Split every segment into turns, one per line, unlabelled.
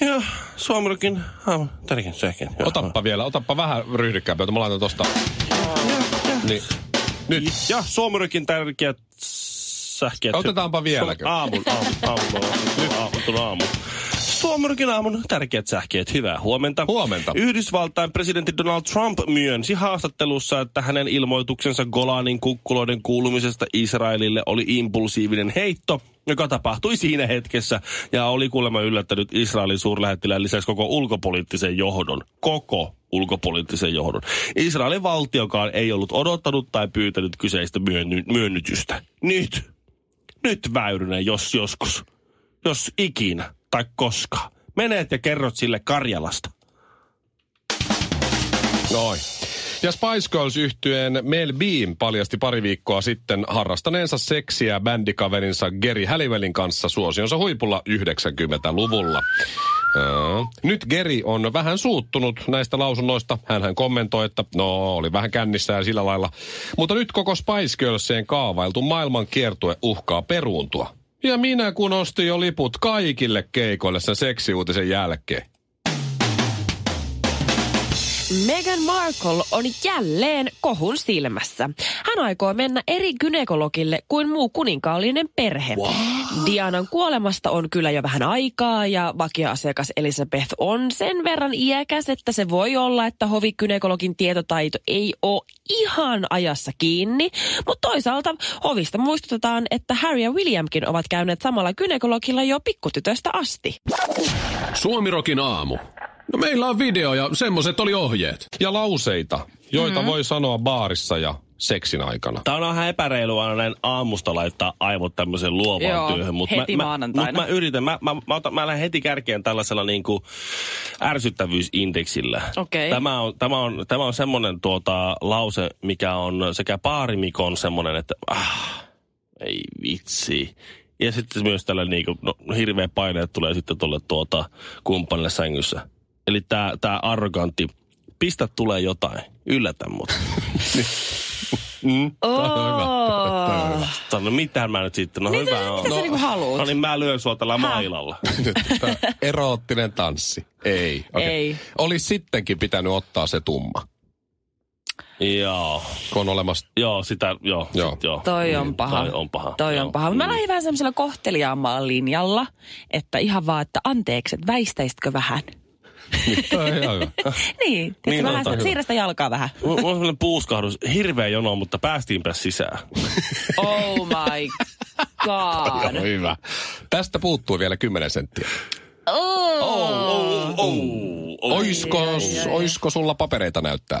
Ja Suomirokin aamu tärkein säkin.
Otappa vielä, otappa vähän ryhdikkäämpää. Mä laitan tosta. Niin. Nyt.
Ja Suomirokin tärkeät sähkeet.
Otetaanpa vieläkö?
Aamun, aamun, aamun, aamun, aamun, aamun. Suomirokin aamun tärkeät sähkeet. Hyvää huomenta.
Huomenta.
Yhdysvaltain presidentti Donald Trump myönsi haastattelussa, että hänen ilmoituksensa Golanin kukkuloiden kuulumisesta Israelille oli impulsiivinen heitto, joka tapahtui siinä hetkessä ja oli kuulemma yllättänyt Israelin suurlähettilään lisäksi koko ulkopoliittisen johdon. Koko ulkopoliittisen johdon. Israelin valtiokaan ei ollut odottanut tai pyytänyt kyseistä myönny- myönnytystä. Nyt. Nyt Väyrynen, jos joskus. Jos ikinä tai koska. Menet ja kerrot sille Karjalasta.
Noin. Ja Spice Girls yhtyeen Mel Beam paljasti pari viikkoa sitten harrastaneensa seksiä bändikaverinsa Geri Hälivelin kanssa suosionsa huipulla 90-luvulla. Öö. Nyt Geri on vähän suuttunut näistä lausunnoista. Hän kommentoi, että no oli vähän kännissä ja sillä lailla. Mutta nyt koko Spice Girlseen kaavailtu maailman kiertue uhkaa peruuntua. Ja minä kun ostin jo liput kaikille keikoille sen seksiuutisen jälkeen.
Meghan Markle on jälleen kohun silmässä. Hän aikoo mennä eri gynekologille kuin muu kuninkaallinen perhe. Wow. Dianan kuolemasta on kyllä jo vähän aikaa ja vakioasiakas Elizabeth on sen verran iäkäs, että se voi olla, että hovikynekologin tietotaito ei ole ihan ajassa kiinni. Mutta toisaalta hovista muistutetaan, että Harry ja Williamkin ovat käyneet samalla gynekologilla jo pikkutytöstä asti.
Suomirokin aamu. No meillä on video ja semmoset oli ohjeet.
Ja lauseita, joita voi sanoa baarissa ja seksin aikana.
Tämä on vähän epäreilu aina näin aamusta laittaa aivot tämmöiseen luovaan
Joo,
työhön. Mutta
heti
mä,
maanantaina.
Mutta mä yritän, mä, mä, mä, otan, mä lähden heti kärkeen tällaisella niin kuin ärsyttävyysindeksillä.
Okei.
Tämä on, tämä on, tämä on semmoinen tuota, lause, mikä on sekä paarimikon semmoinen, että ah, ei vitsi. Ja sitten myös tällä niin kuin, no, hirveä paine tulee sitten tuolle tuota, kumppanille sängyssä. Eli tämä tää arrogantti, pistä tulee jotain, yllätä mut.
Oh.
Sano, mitä mä nyt sitten, no hyvä on.
mitä sä
no,
niinku haluut?
No niin mä lyön sua tällä mailalla.
Tää Eroottinen tanssi. Ei. Okay.
Ei.
Olisi sittenkin pitänyt ottaa se tumma,
joo,
kun on olemassa...
joo, sitä, joo,
Joo.
sit joo. Niin,
Toi on paha.
Mm, Toi on paha.
Toi on
joo.
paha. Mä lähdin vähän semmoisella kohteliaammalla linjalla, että ihan vaan, että anteeksi, että väistäisitkö vähän.
Toi on ihan hyvä.
Niin,
Niin,
niin vähän
tota,
se- siirrä sitä jalkaa vähän.
M- Mulla on sellainen puuskahdus, hirveä jono, mutta päästiinpä sisään.
Oh my
Toi on
god.
hyvä. Tästä puuttuu vielä 10 senttiä.
Oh, oh.
Oisko, oisko sulla papereita näyttää?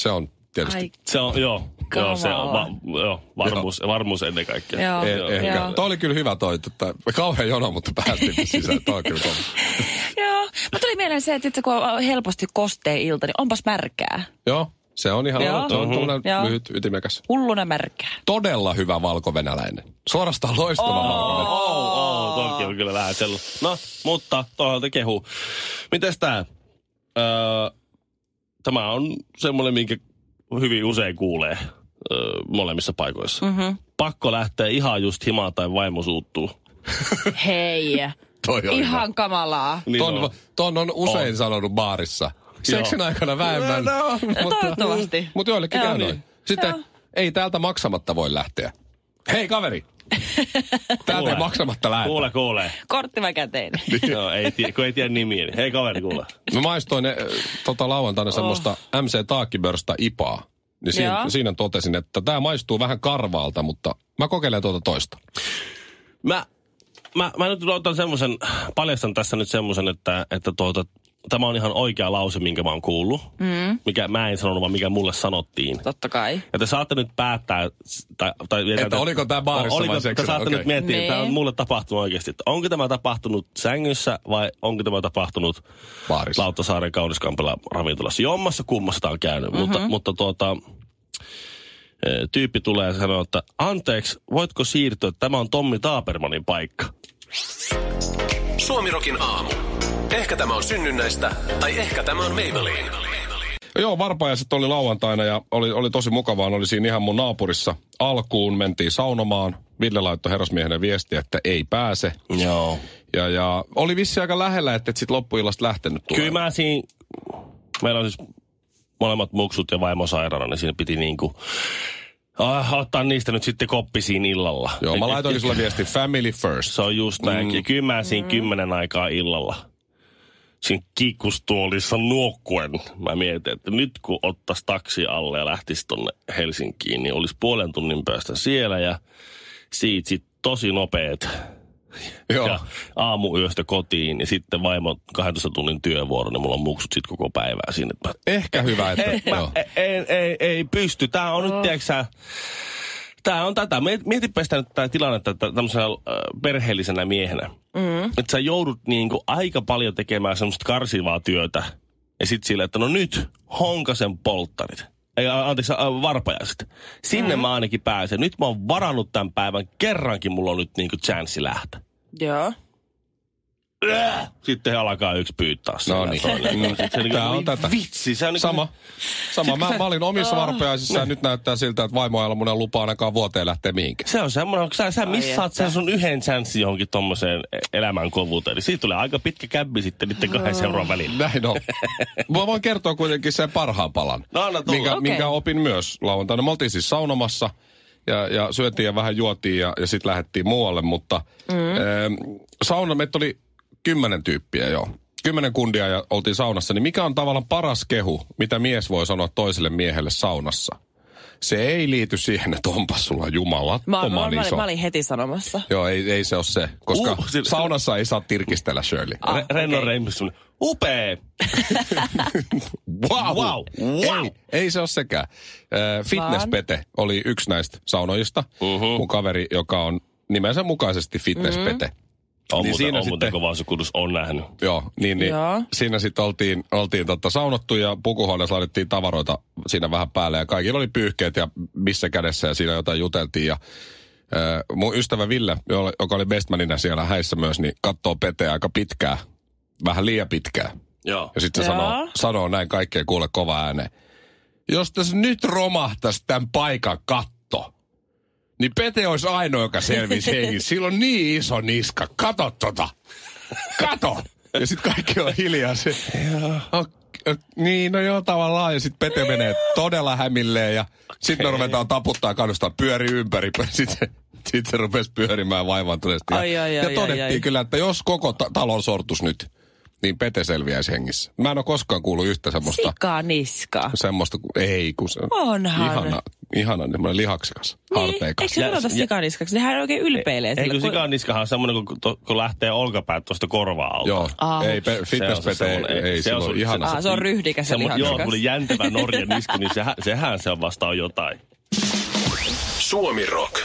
Se on tietysti.
Ai,
Se on, joo,
Kamala.
joo, se on va- joo, varmuus, varmuus ennen kaikkea.
Joo.
Eh,
Joo.
ehkä.
Joo.
Toi oli kyllä hyvä toi. Tota, kauhean jono, mutta päästiin sisään. Toi on kyllä kova.
Joo. Mä tuli mieleen se, että itse kun on helposti kostea ilta, niin onpas märkää.
Joo, Mm-hmm. se on ihan
Joo.
se on tuollainen
Joo.
lyhyt, ytimekäs.
Hulluna märkää.
Todella hyvä valkovenäläinen. Suorastaan loistava oh. valkovenäläinen.
Oh, oh, toki on kyllä vähän sellu. No, mutta toisaalta kehu. Mites tää? Öö, tämä on semmoinen, minkä hyvin usein kuulee öö, molemmissa paikoissa. Mm-hmm. Pakko lähteä ihan just himaan tai vaimo suuttuu.
Hei.
Toi on hyvä.
Ihan kamalaa.
Niin
ton,
on.
ton on usein on. sanonut baarissa. Seksin
Joo.
aikana vähemmän. No,
Toivottavasti.
Mutta joillekin
Joo.
käy noin.
Niin.
Sitten
Joo.
ei täältä maksamatta voi lähteä. Hei kaveri! Täältä ei
Kuule.
maksamatta lähde.
Kuule, kuule.
Kortti vai käteen.
no, ei, tie- kun ei tiedä nimiä, niin hei kaveri, kuule.
Mä maistoin ne, ö, tota, lauantaina semmoista MC Taakkibörstä IPAa. Niin siinä,
Joo.
siinä totesin, että tämä maistuu vähän karvaalta, mutta mä kokeilen tuota toista.
Mä, mä, mä nyt otan semmoisen, paljastan tässä nyt semmoisen, että, että tuota, tämä on ihan oikea lause, minkä mä oon kuullut. Mm. Mikä mä en sanonut, vaan mikä mulle sanottiin.
Totta kai.
Ja te saatte nyt päättää, s- tai, tai
Että oliko tää baarissa vai
Te
seksillä?
saatte
Okei.
nyt miettiä, että
Nee.
tämä on mulle tapahtunut oikeasti. Että onko tämä tapahtunut sängyssä vai onko tämä tapahtunut
Baarissa.
Lauttasaaren kauniskampelan ravintolassa? Jommassa kummassa tämä on käynyt, mm-hmm. mutta, mutta tuota, ö, tyyppi tulee ja sanoo, että anteeksi, voitko siirtyä, tämä on Tommi Taapermanin paikka.
Suomirokin aamu. Ehkä tämä on synnynnäistä, tai ehkä tämä on Maybelline.
Joo, varpajaiset oli lauantaina ja oli, oli tosi mukavaa. Ne Oli siinä ihan mun naapurissa. Alkuun mentiin saunomaan. Ville laittoi herrasmiehenä viestiä, että ei pääse.
Joo.
Ja, ja oli vissi aika lähellä, että et sit loppuillasta lähtenyt
Kyllä mä siinä, meillä on siis molemmat muksut ja vaimo sairaana, niin siinä piti niinku ah, ottaa niistä nyt sitten koppi siinä illalla.
Joo, mä
Et-
laitoin
et-
sulle viesti family first.
Se on just näin. Mm. Kyllä mä siinä kymmenen aikaa illalla siinä kiikkustuolissa nuokkuen. Mä mietin, että nyt kun ottais taksi alle ja lähtisi tonne Helsinkiin, niin olisi puolen tunnin päästä siellä ja siitä sit tosi nopeet
Joo.
ja aamuyöstä kotiin ja sitten vaimo 12 tunnin työvuoro, niin mulla on muksut sit koko päivää siinä. Että mä
Ehkä hyvä, että...
ei,
joo.
mä, ei, ei, ei pysty. Tämä on nyt, tiedätkö Tämä on tätä. Miet- Mietipä sitä nyt tämä tilannetta että tämmöisenä äh, perheellisenä miehenä. Mm. Että sä joudut niinku aika paljon tekemään semmoista karsivaa työtä. Ja sit sillä, että no nyt honkasen polttarit. Ei, a- anteeksi, a- varpajaiset. Sinne mm. mä ainakin pääsen. Nyt mä oon varannut tämän päivän. Kerrankin mulla on nyt niinku chanssi lähteä.
Joo.
Sitten he alkaa yksi pyytää sen
No
ja
niin.
toinen.
Mm.
Sitten se niinku,
Tää on
voi
tätä.
Vitsi, se on niinku-
Sama. Sama. Mä, mä olin omissa varpajaisissa ja nyt näyttää siltä, että vaimo ei ole mun lupa ainakaan vuoteen lähteä mihinkään.
Se on semmoinen, kun sä, sä missaat sen sun yhden chanssin johonkin tommoseen e- elämän kovuuteen, niin siitä tulee aika pitkä kämpi sitten niiden kahden seuran välillä.
Näin on. Mä voin kertoa kuitenkin sen parhaan palan,
No, anna tulla.
minkä, okay.
Okei.
minkä opin myös lauantaina. Me oltiin siis saunomassa ja, ja syötiin ja vähän juotiin ja, ja sitten lähdettiin muualle, mutta mm. ähm, sauna, meitä oli kymmenen tyyppiä joo. Kymmenen kundia ja oltiin saunassa, niin mikä on tavallaan paras kehu, mitä mies voi sanoa toiselle miehelle saunassa? Se ei liity siihen, että onpas sulla
Mä, mä, mä,
jumalattoman
mä,
iso.
mä olin heti sanomassa.
Joo, ei, ei se ole se, koska
Uh,
uh,
se-
saunassa ei saa tirkistellä Shirley.
Ah,
Re- Renno okay. Reimus, semmonen, upee!
Wow!
Wow! Wow!
Ei, ei se ole sekään. Ö, Fitnesspete oli yksi näistä saunoista.
Uhu.
Mun kaveri, joka on nimensä mukaisesti Fitnesspete.
On niin
Niin
muuten,
siinä
on muuten
sitten-
kovaa sukutus, on nähnyt.
Joo, niin, niin
Joo.
siinä sitten oltiin, oltiin totta saunottu ja pukuhuoneessa laitettiin tavaroita siinä vähän päälle. Ja kaikilla oli pyyhkeet ja missä kädessä ja siinä jotain juteltiin. Ja ö, mun ystävä Ville, jolle- joka oli bestmanina siellä häissä myös, niin katsoo Peteä aika pitkää. Vähän liian pitkää.
Joo.
Ja sitten se
Joo.
sanoo, sanoo näin kaikkea kuule kova ääneen. Jos tässä nyt romahtaisi tämän paikan katto, niin Pete olisi ainoa, joka selvisi hengissä. Sillä on niin iso niska. Kato tota. Kato. Ja sitten kaikki on hiljaa. Se, ok, ok, niin, no joo, tavallaan. Ja sitten
Niin.
Pete menee todella hämilleen. Ja sitten me ruvetaan taputtaa ja kannustaa pyöri ympäri. Sitten se, sit se rupesi pyörimään vaivaantuneesti. Ja,
Ai, ai, ai,
ja
ai,
todettiin
ai.
kyllä, että jos koko ta- talon sortus nyt, niin Pete selviäisi hengissä. Mä en ole koskaan kuullut yhtä semmoista.
Sika niska.
Semmoista, ku- ei kun se
Onhan.
ihana, ihana semmoinen lihaksikas,
Niin, eikö
harteikas.
se
Ja-
sanota
ja-
sikaniskaksi? Nehän oikein ylpeilee
Ei
sillä.
kun
kun-
sikaniskahan on semmoinen, kun, to, kun lähtee olkapäät tuosta korvaa alta.
Joo,
Ah.
ei, pe- fitness
se
Pete,
semmonen-
ei, ei, se, on
sun-
ihana. Mm.
Ah, se on ryhdikäs ja
semmo- Joo,
lihaksikas.
kun jäntävä norjan isku, niin sehän, sehän se on vasta on jotain.
Suomirok.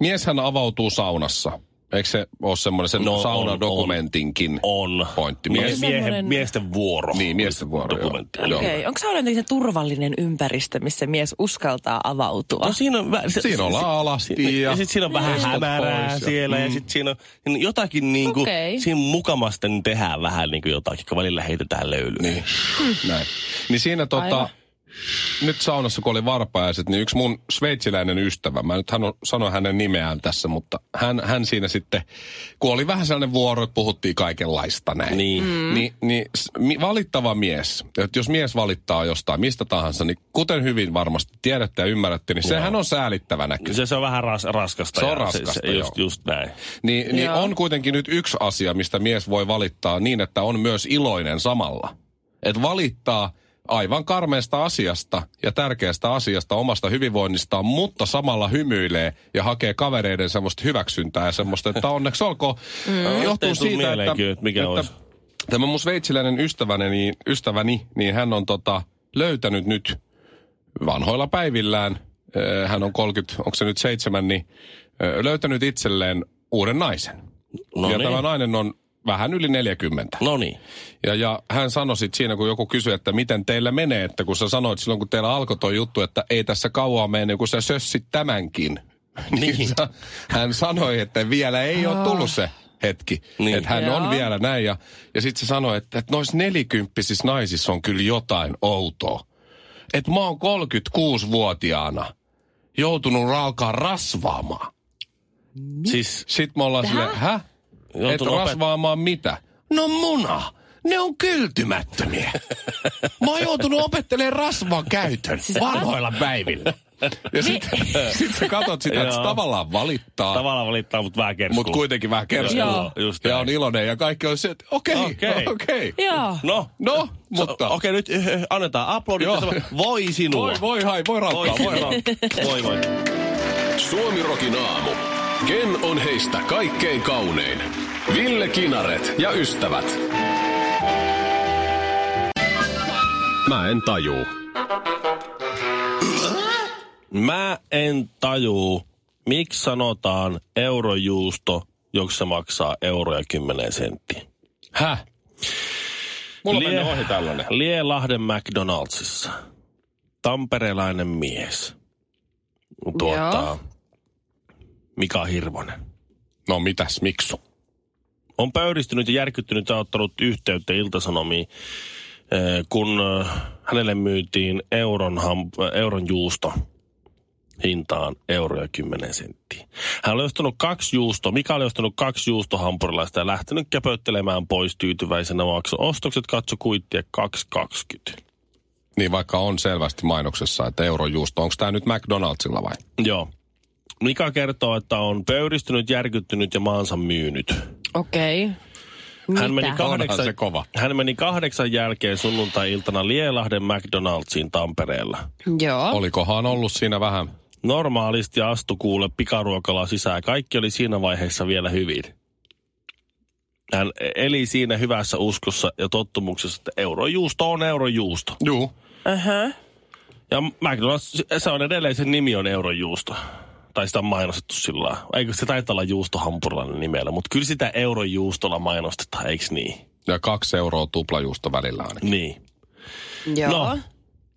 Mieshän avautuu saunassa. Eikö se ole semmoinen sen
No, on,
no, saunadokumentinkin
On.
pointti?
Mie-
Mies-
Mikä
miehen,
semmonen-
miesten vuoro.
Niin, miesten vuoro, joo.
Dokumentti.
Joo.
Okei, okay. onko sauna jotenkin se turvallinen ympäristö, missä mies uskaltaa avautua?
No siinä on, vä- se,
Siinä ollaan alasti
si-
ja- Mm.
ja sitten siinä on vähän
Istot
hämärää
pois ja-
siellä ja sitten siinä on niin jotakin niin kuin, okay.
Okei.
siinä mukamasten tehdään vähän niin kuin jotakin, kun välillä heitetään löylyä.
Niin. Näin. Niin siinä tota,
Aivan.
nyt saunassa kun oli varpajaiset, niin yksi mun sveitsiläinen ystävä, mä nyt hän on, sano hänen nimeään tässä, mutta hän, hän siinä sitten, kun oli vähän sellainen vuoro, että puhuttiin kaikenlaista näin.
Niin.
Mm. Ni, niin s- mi, valittava mies, että jos mies valittaa jostain, mistä tahansa, niin kuten hyvin varmasti tiedätte ja ymmärrätte, niin sehän on säälittävä näky.
Se, se on vähän ras, raskasta.
Se on
ja
raskasta,
se, just,
joo.
just näin.
Niin, niin
Joo.
on kuitenkin nyt yksi asia, mistä mies voi valittaa niin, että on myös iloinen samalla. Että valittaa aivan karmeesta asiasta ja tärkeästä asiasta omasta hyvinvoinnistaan, mutta samalla hymyilee ja hakee kavereiden semmoista hyväksyntää ja semmoista, että onneksi olkoon. Mm.
Ei
Johtuu
tule
siitä,
mieleen
että,
kyllä, että mikä olisi.
että Tämä mun sveitsiläinen ystäväni, niin, ystäväni, niin hän on tota, löytänyt nyt vanhoilla päivillään, ö, hän on 30, onko se nyt seitsemän, niin ö, löytänyt itselleen uuden naisen.
No
ja
niin.
tämä nainen on vähän yli 40.
No niin.
Ja, ja hän sanoi sit siinä, kun joku kysyi, että miten teillä menee, että kun sä sanoit silloin, kun teillä alkoi tuo juttu, että ei tässä kauaa mene, kun sä sössit tämänkin.
Niin.
sa- hän sanoi, että vielä ei ole tullut se hetki.
Niin.
Niin. Että hän on
Joo.
vielä näin. Ja, ja sitten se sanoi, että, että noissa nelikymppisissä naisissa on kyllä jotain outoa. Että mä oon 36-vuotiaana joutunut alkaa rasvaamaan.
Siis
Sitten me ollaan silleen, hä? Et
Joutunut opet-
rasvaamaan mitä? No muna. Ne on kyltymättömiä. Mä oon joutunut opettelemaan rasvan käytön vanhoilla päivillä. Ja sit, sit sä katot sitä, että se
Joo.
tavallaan valittaa,
tavallaan valittaa, mutta vähän kerskuu.
mutta kuitenkin vähän kerskuu.
Joo,
just
Ja
näin.
on iloinen ja kaikki on se, että okei,
Okei.
okei. okei.
Joo.
No,
No,
So-
mutta...
Okei, nyt äh, annetaan aplodit.
Joo.
Tässä- Voi sinua.
Voi, voi, hai, voi raukkaa,
voi,
voi raukkaa.
voi, voi.
Suomirokin aamu. Ken on heistä kaikkein kaunein? Ville Kinaret ja ystävät. Mä en tajuu.
Mä en tajuu, miksi sanotaan eurojuusto, jos se maksaa euroja 10 senttiä.
Häh? Mulla Lie... meni ohi tällainen.
Lielahden McDonaldsissa. Tamperelainen mies. Tuottaa Mika Hirvonen.
No mitäs, miksu?
on pöyristynyt ja järkyttynyt ja ottanut yhteyttä Iltasanomiin, eh, kun eh, hänelle myytiin euron, ham, eh, euron juusto hintaan euroja 10 senttiä. Hän on löystänyt kaksi juusto, Mika on löystänyt kaksi juustohampurilaista ja lähtenyt käpöttelemään pois tyytyväisenä makso ostokset, katso kuittia 2,20.
Niin vaikka on selvästi mainoksessa, että eurojuusto, onko tämä nyt McDonaldsilla vai?
Joo. Mika kertoo, että on pöyristynyt, järkyttynyt ja maansa myynyt.
Okei. Okay.
Hän meni, kahdeksan,
Onhan se kova.
hän meni kahdeksan jälkeen sunnuntai-iltana Lielahden McDonaldsiin Tampereella.
Joo.
Olikohan ollut siinä vähän
Normaalisti astu kuule pikaruokalla sisään. Kaikki oli siinä vaiheessa vielä hyvin. Hän eli siinä hyvässä uskossa ja tottumuksessa, että eurojuusto on eurojuusto.
Juu.
Ja McDonald's, se on edelleen, sen nimi on eurojuusto. Tai sitä on mainostettu sillä lailla. Eikö se taitaa olla juustohampurilainen nimellä, mutta kyllä sitä eurojuustolla mainostetaan, eikö niin?
Ja kaksi euroa tuplajuusta välillä ainakin.
Niin.
Joo.
No,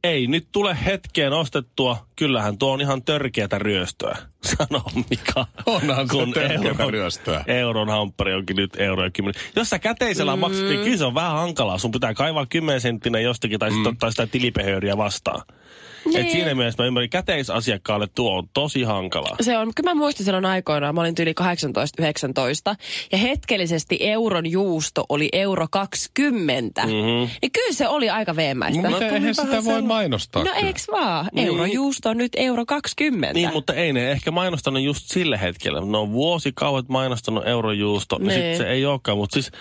ei nyt tule hetkeen ostettua. Kyllähän tuo on ihan törkeätä ryöstöä, sanoo Mika.
Onhan se törkeätä ryöstöä.
Euron hamppari onkin nyt euroja kymmenen. Jos sä käteisellä mm. maksat, niin kyllä se on vähän hankalaa. Sun pitää kaivaa kymmenen senttinen jostakin tai
Mm.
sitten ottaa sitä tilipehööriä vastaan. Et siinä mielessä mä ymmärrän, käteisasiakkaalle tuo on tosi hankalaa.
Se on, kyllä mä muistan silloin aikoinaan, mä olin yli 18-19, ja hetkellisesti euron juusto oli euro 20.
Mhm.
Mm-hmm. Niin kyllä se oli aika veemäistä.
Mutta
tuli
eihän sitä
vähän
voi
sen-
mainostaa.
No
kyllä.
eiks vaan? Euro juusto on nyt euro 20.
Niin, mutta ei ne ehkä mainostanut just sillä hetkellä. Ne on vuosikauet mainostanut eurojuusto, niin
Niin.
sitten se ei olekaan. Mutta siis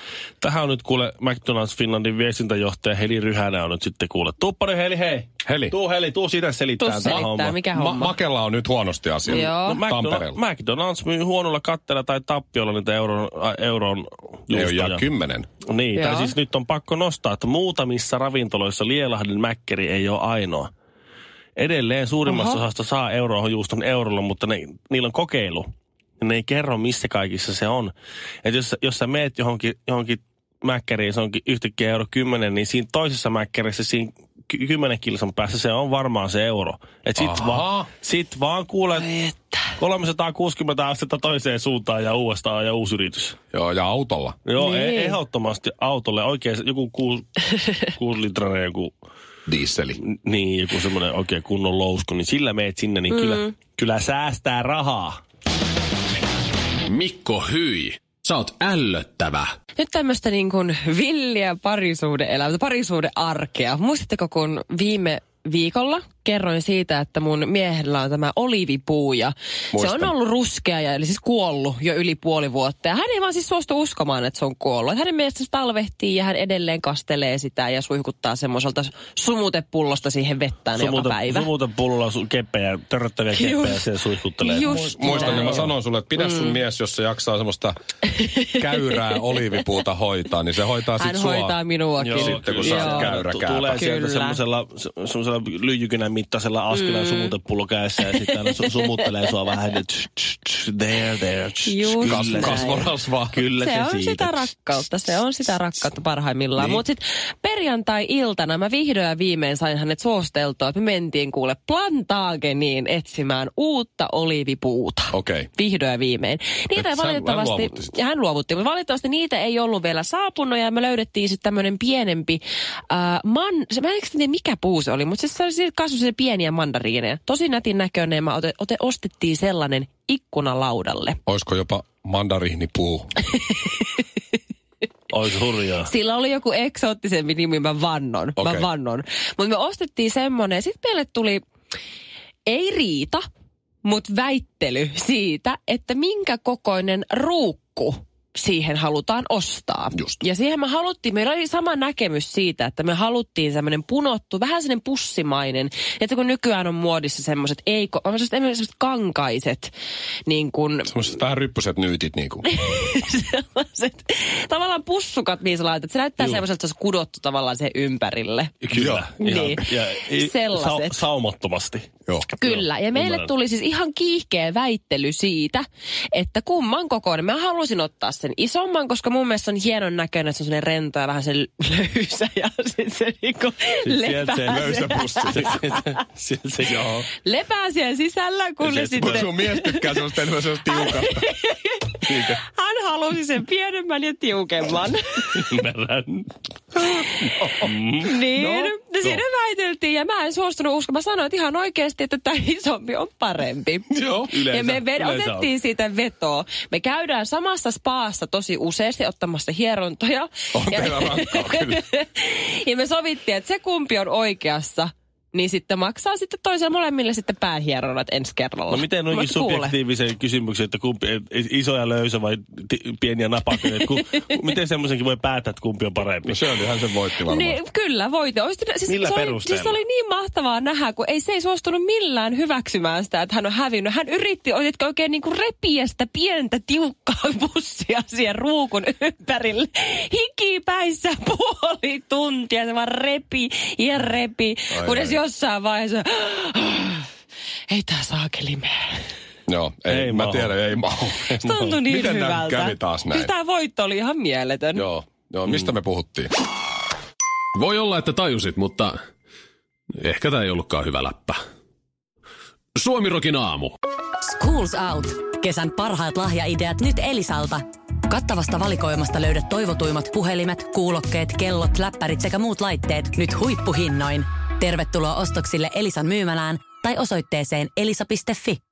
tähän on nyt kuule McDonald's Finlandin viestintäjohtaja Heli Ryhänä on nyt sitten kuule. Tuuppa nyt Heli, hei!
Heli.
Tuu Heli, tuu sinä selittää
Tuu
tämä
selittää,
homma.
mikä
Ma-
homma.
Makella on nyt huonosti asia.
Joo.
No, McDonald's,
Tampereella.
McDonald's myy huonolla katteella tai tappiolla niitä euron, äh, euron
Ei ole
juustoja.
jää kymmenen.
Niin, tai
Joo.
siis nyt on pakko nostaa, että muutamissa ravintoloissa Lielahden mäkkäri ei ole ainoa. Edelleen suurimmassa Oho. osasta saa euroa juuston eurolla, mutta ne, niillä on kokeilu. Ja Ne ei kerro, missä kaikissa se on. Et jos, jos sä meet johonkin, johonkin mäkkäriin, se onkin yhtäkkiä euro 10, niin siinä toisessa mäkkärissä siinä ky- 10 kilsan päässä se on varmaan se euro. Et sit,
Ahaa.
vaan, sit vaan kuulet 360 astetta toiseen suuntaan ja uudestaan ja uusi yritys.
Joo, ja autolla.
Joo,
Niin.
niin. ehdottomasti autolle. Oikein se- joku kuusi, kuusi litrainen joku,
Dieseli.
niin, joku semmoinen oikein kunnon lousku, niin sillä meet sinne, niin mm. kyllä, kyllä säästää rahaa.
Mikko Hyi, sä oot ällöttävä.
Nyt tämmöistä niin kuin villiä parisuuden elämää, parisuuden arkea. Muistatteko, kun viime viikolla kerroin siitä, että mun miehellä on tämä olivipuu ja
Muistan.
se on ollut ruskea ja eli siis kuollut jo yli puoli vuotta. Ja hän ei vaan siis suostu uskomaan, että se on kuollut. Että hänen mielestä se talvehtii ja hän edelleen kastelee sitä ja suihkuttaa semmoiselta sumutepullosta siihen vettään joka päivä.
sumuuten pullolla su- keppejä, törröttäviä keppejä
Just.
siellä suihkuttelee.
Just
Muistan,
näin.
niin mä sanoin sulle, että pidä sun
Mm.
mies, jos se jaksaa semmoista käyrää oliivipuuta hoitaa, niin se hoitaa sit
Hän
sua.
hoitaa minuakin.
Joo, sitten, kun sä
Joo.
oot käyrä.
Tu-
kääpä.
Tulee sieltä
Kyllä.
semmoisella, se- semmoisella lyijykynän mittaisella askelella mm. sumutepullo kädessä ja sitten aina su- sumuttelee sua vähän. niin tsh, tsh, tsh, There, there. tsh, tsh,
Just
kyllä
näin.
se-
Kasvorasvaa.
Kyllä se,
se on
siitä.
sitä rakkautta, se on sitä rakkautta parhaimmillaan. Niin. Mutta sitten perjantai-iltana mä vihdoin ja viimein sain hänet suosteltua, että me mentiin kuule Plantageniin etsimään uutta oliivipuuta.
Okei.
Vihdoin ja viimein. Niitä
Et
ei
sä-
valitettavasti...
hän luovutti sitten.
ja hän luovutti, mutta valitettavasti niitä ei ollut vielä saapunut ja me löydettiin sitten tämmöinen pienempi... Äh, man, se, mä en edes tiedä mikä puu se oli, mutta siis se oli siinä kasvoi sellaisia pieniä mandariineja. Tosi nätin näköinen ja mä ote, ote, ostettiin sellainen ikkunalaudalle.
Oisko jopa mandariinipuu?
Ois hurjaa.
Sillä oli joku eksoottisempi nimi, mä vannon. Okay.
Okei.
Mä vannon. Mutta me ostettiin semmonen. Sitten meille tuli, ei riita, mutta väittely siitä, että minkä kokoinen ruukku siihen halutaan ostaa.
Just.
Ja siihen me haluttiin, meillä oli sama näkemys siitä, että me haluttiin semmoinen punottu, vähän semmoinen pussimainen. Että kun nykyään on muodissa semmoiset, ei, ko- on semmoiset, semmoiset kankaiset, niin kuin
Semmoiset vähän ryppyset nyytit niinku.
sellaiset, tavallaan pussukat, mihin sä laitat. Se näyttää semmoiselta, että se on kudottu tavallaan sen ympärille.
Kyllä.
Joo.
Ihan,
Niin.
ja, i-
Sellaiset.
Sa- saumattomasti.
Joo.
Kyllä, ja meille
ymmärrän.
tuli siis ihan kiihkeä väittely siitä, että kumman kokoinen. Mä halusin ottaa sen isomman, koska mun mielestä se on hienon näköinen, että se on sellainen rento ja vähän se löysä ja sitten se niinku
Siis Sieltä
lepää,
se
se
löysä pussi. Sieltä- Sieltä se, joo.
lepää siellä sisällä, kun
Sieltä
ne
se-
sitten...
Sun mies tykkää semmoista enemmän semmoista tiukasta.
Hän halusi sen pienemmän ja tiukemman.
Ymmärrän.
Niin,
No,
no, no. siinä väiteltiin ja mä en suostunut uskomaan. Mä sanoin että ihan oikeasti, että tämä isompi on parempi.
Joo.
Yleensä,
ja me ved-
yleensä on.
otettiin siitä vetoa. Me käydään samassa spaassa tosi useasti ottamassa hierontoja.
On
ja,
teillä rankkaa kyllä.
ja me sovittiin, että se kumpi on oikeassa, niin sitten maksaa sitten toisen molemmille sitten päähieronnat ensi kerralla.
No miten
Mut
noinkin
Oh, kuule.
subjektiivisen kysymyksen, että kumpi, et- et- iso ja löysä vai ti- pieni ja napakoinen, että ku- miten semmoisenkin voi päättää, että kumpi on parempi?
No Shirleyhän sen voitti varmaan.
Niin, kyllä, voitte. Olisi, siis,
Millä
se oli,
perusteella?
siis se oli niin mahtavaa nähdä, kun ei se ei suostunut millään hyväksymään sitä, että hän on hävinnyt. Hän yritti, otitko oikein niin kuin repiä sitä pientä tiukkaa pussia siihen ruukun ympärille. Hiki päissä puoli tuntia, se vaan repi ja repi,
Ai,
kunnes
ai.
jossain vaiheessa... Ei tää saakeli mene.
Joo, ei,
Ei
mä
mahu.
tiedän, ei mahu.
Se tuntui niin
No, Miten
hyvältä.
nää kävi taas näin?
Siis tää voitto oli ihan mieletön.
Joo, joo, mistä me puhuttiin?
Voi olla, että tajusit, mutta ehkä tämä ei ollutkaan hyvä läppä. Suomirokin aamu.
Schools Out. Kesän parhaat lahjaideat nyt Elisalta. Kattavasta valikoimasta löydät toivotuimmat puhelimet, kuulokkeet, kellot, läppärit sekä muut laitteet nyt huippuhinnoin. Tervetuloa ostoksille Elisan myymälään tai osoitteeseen elisa.fi.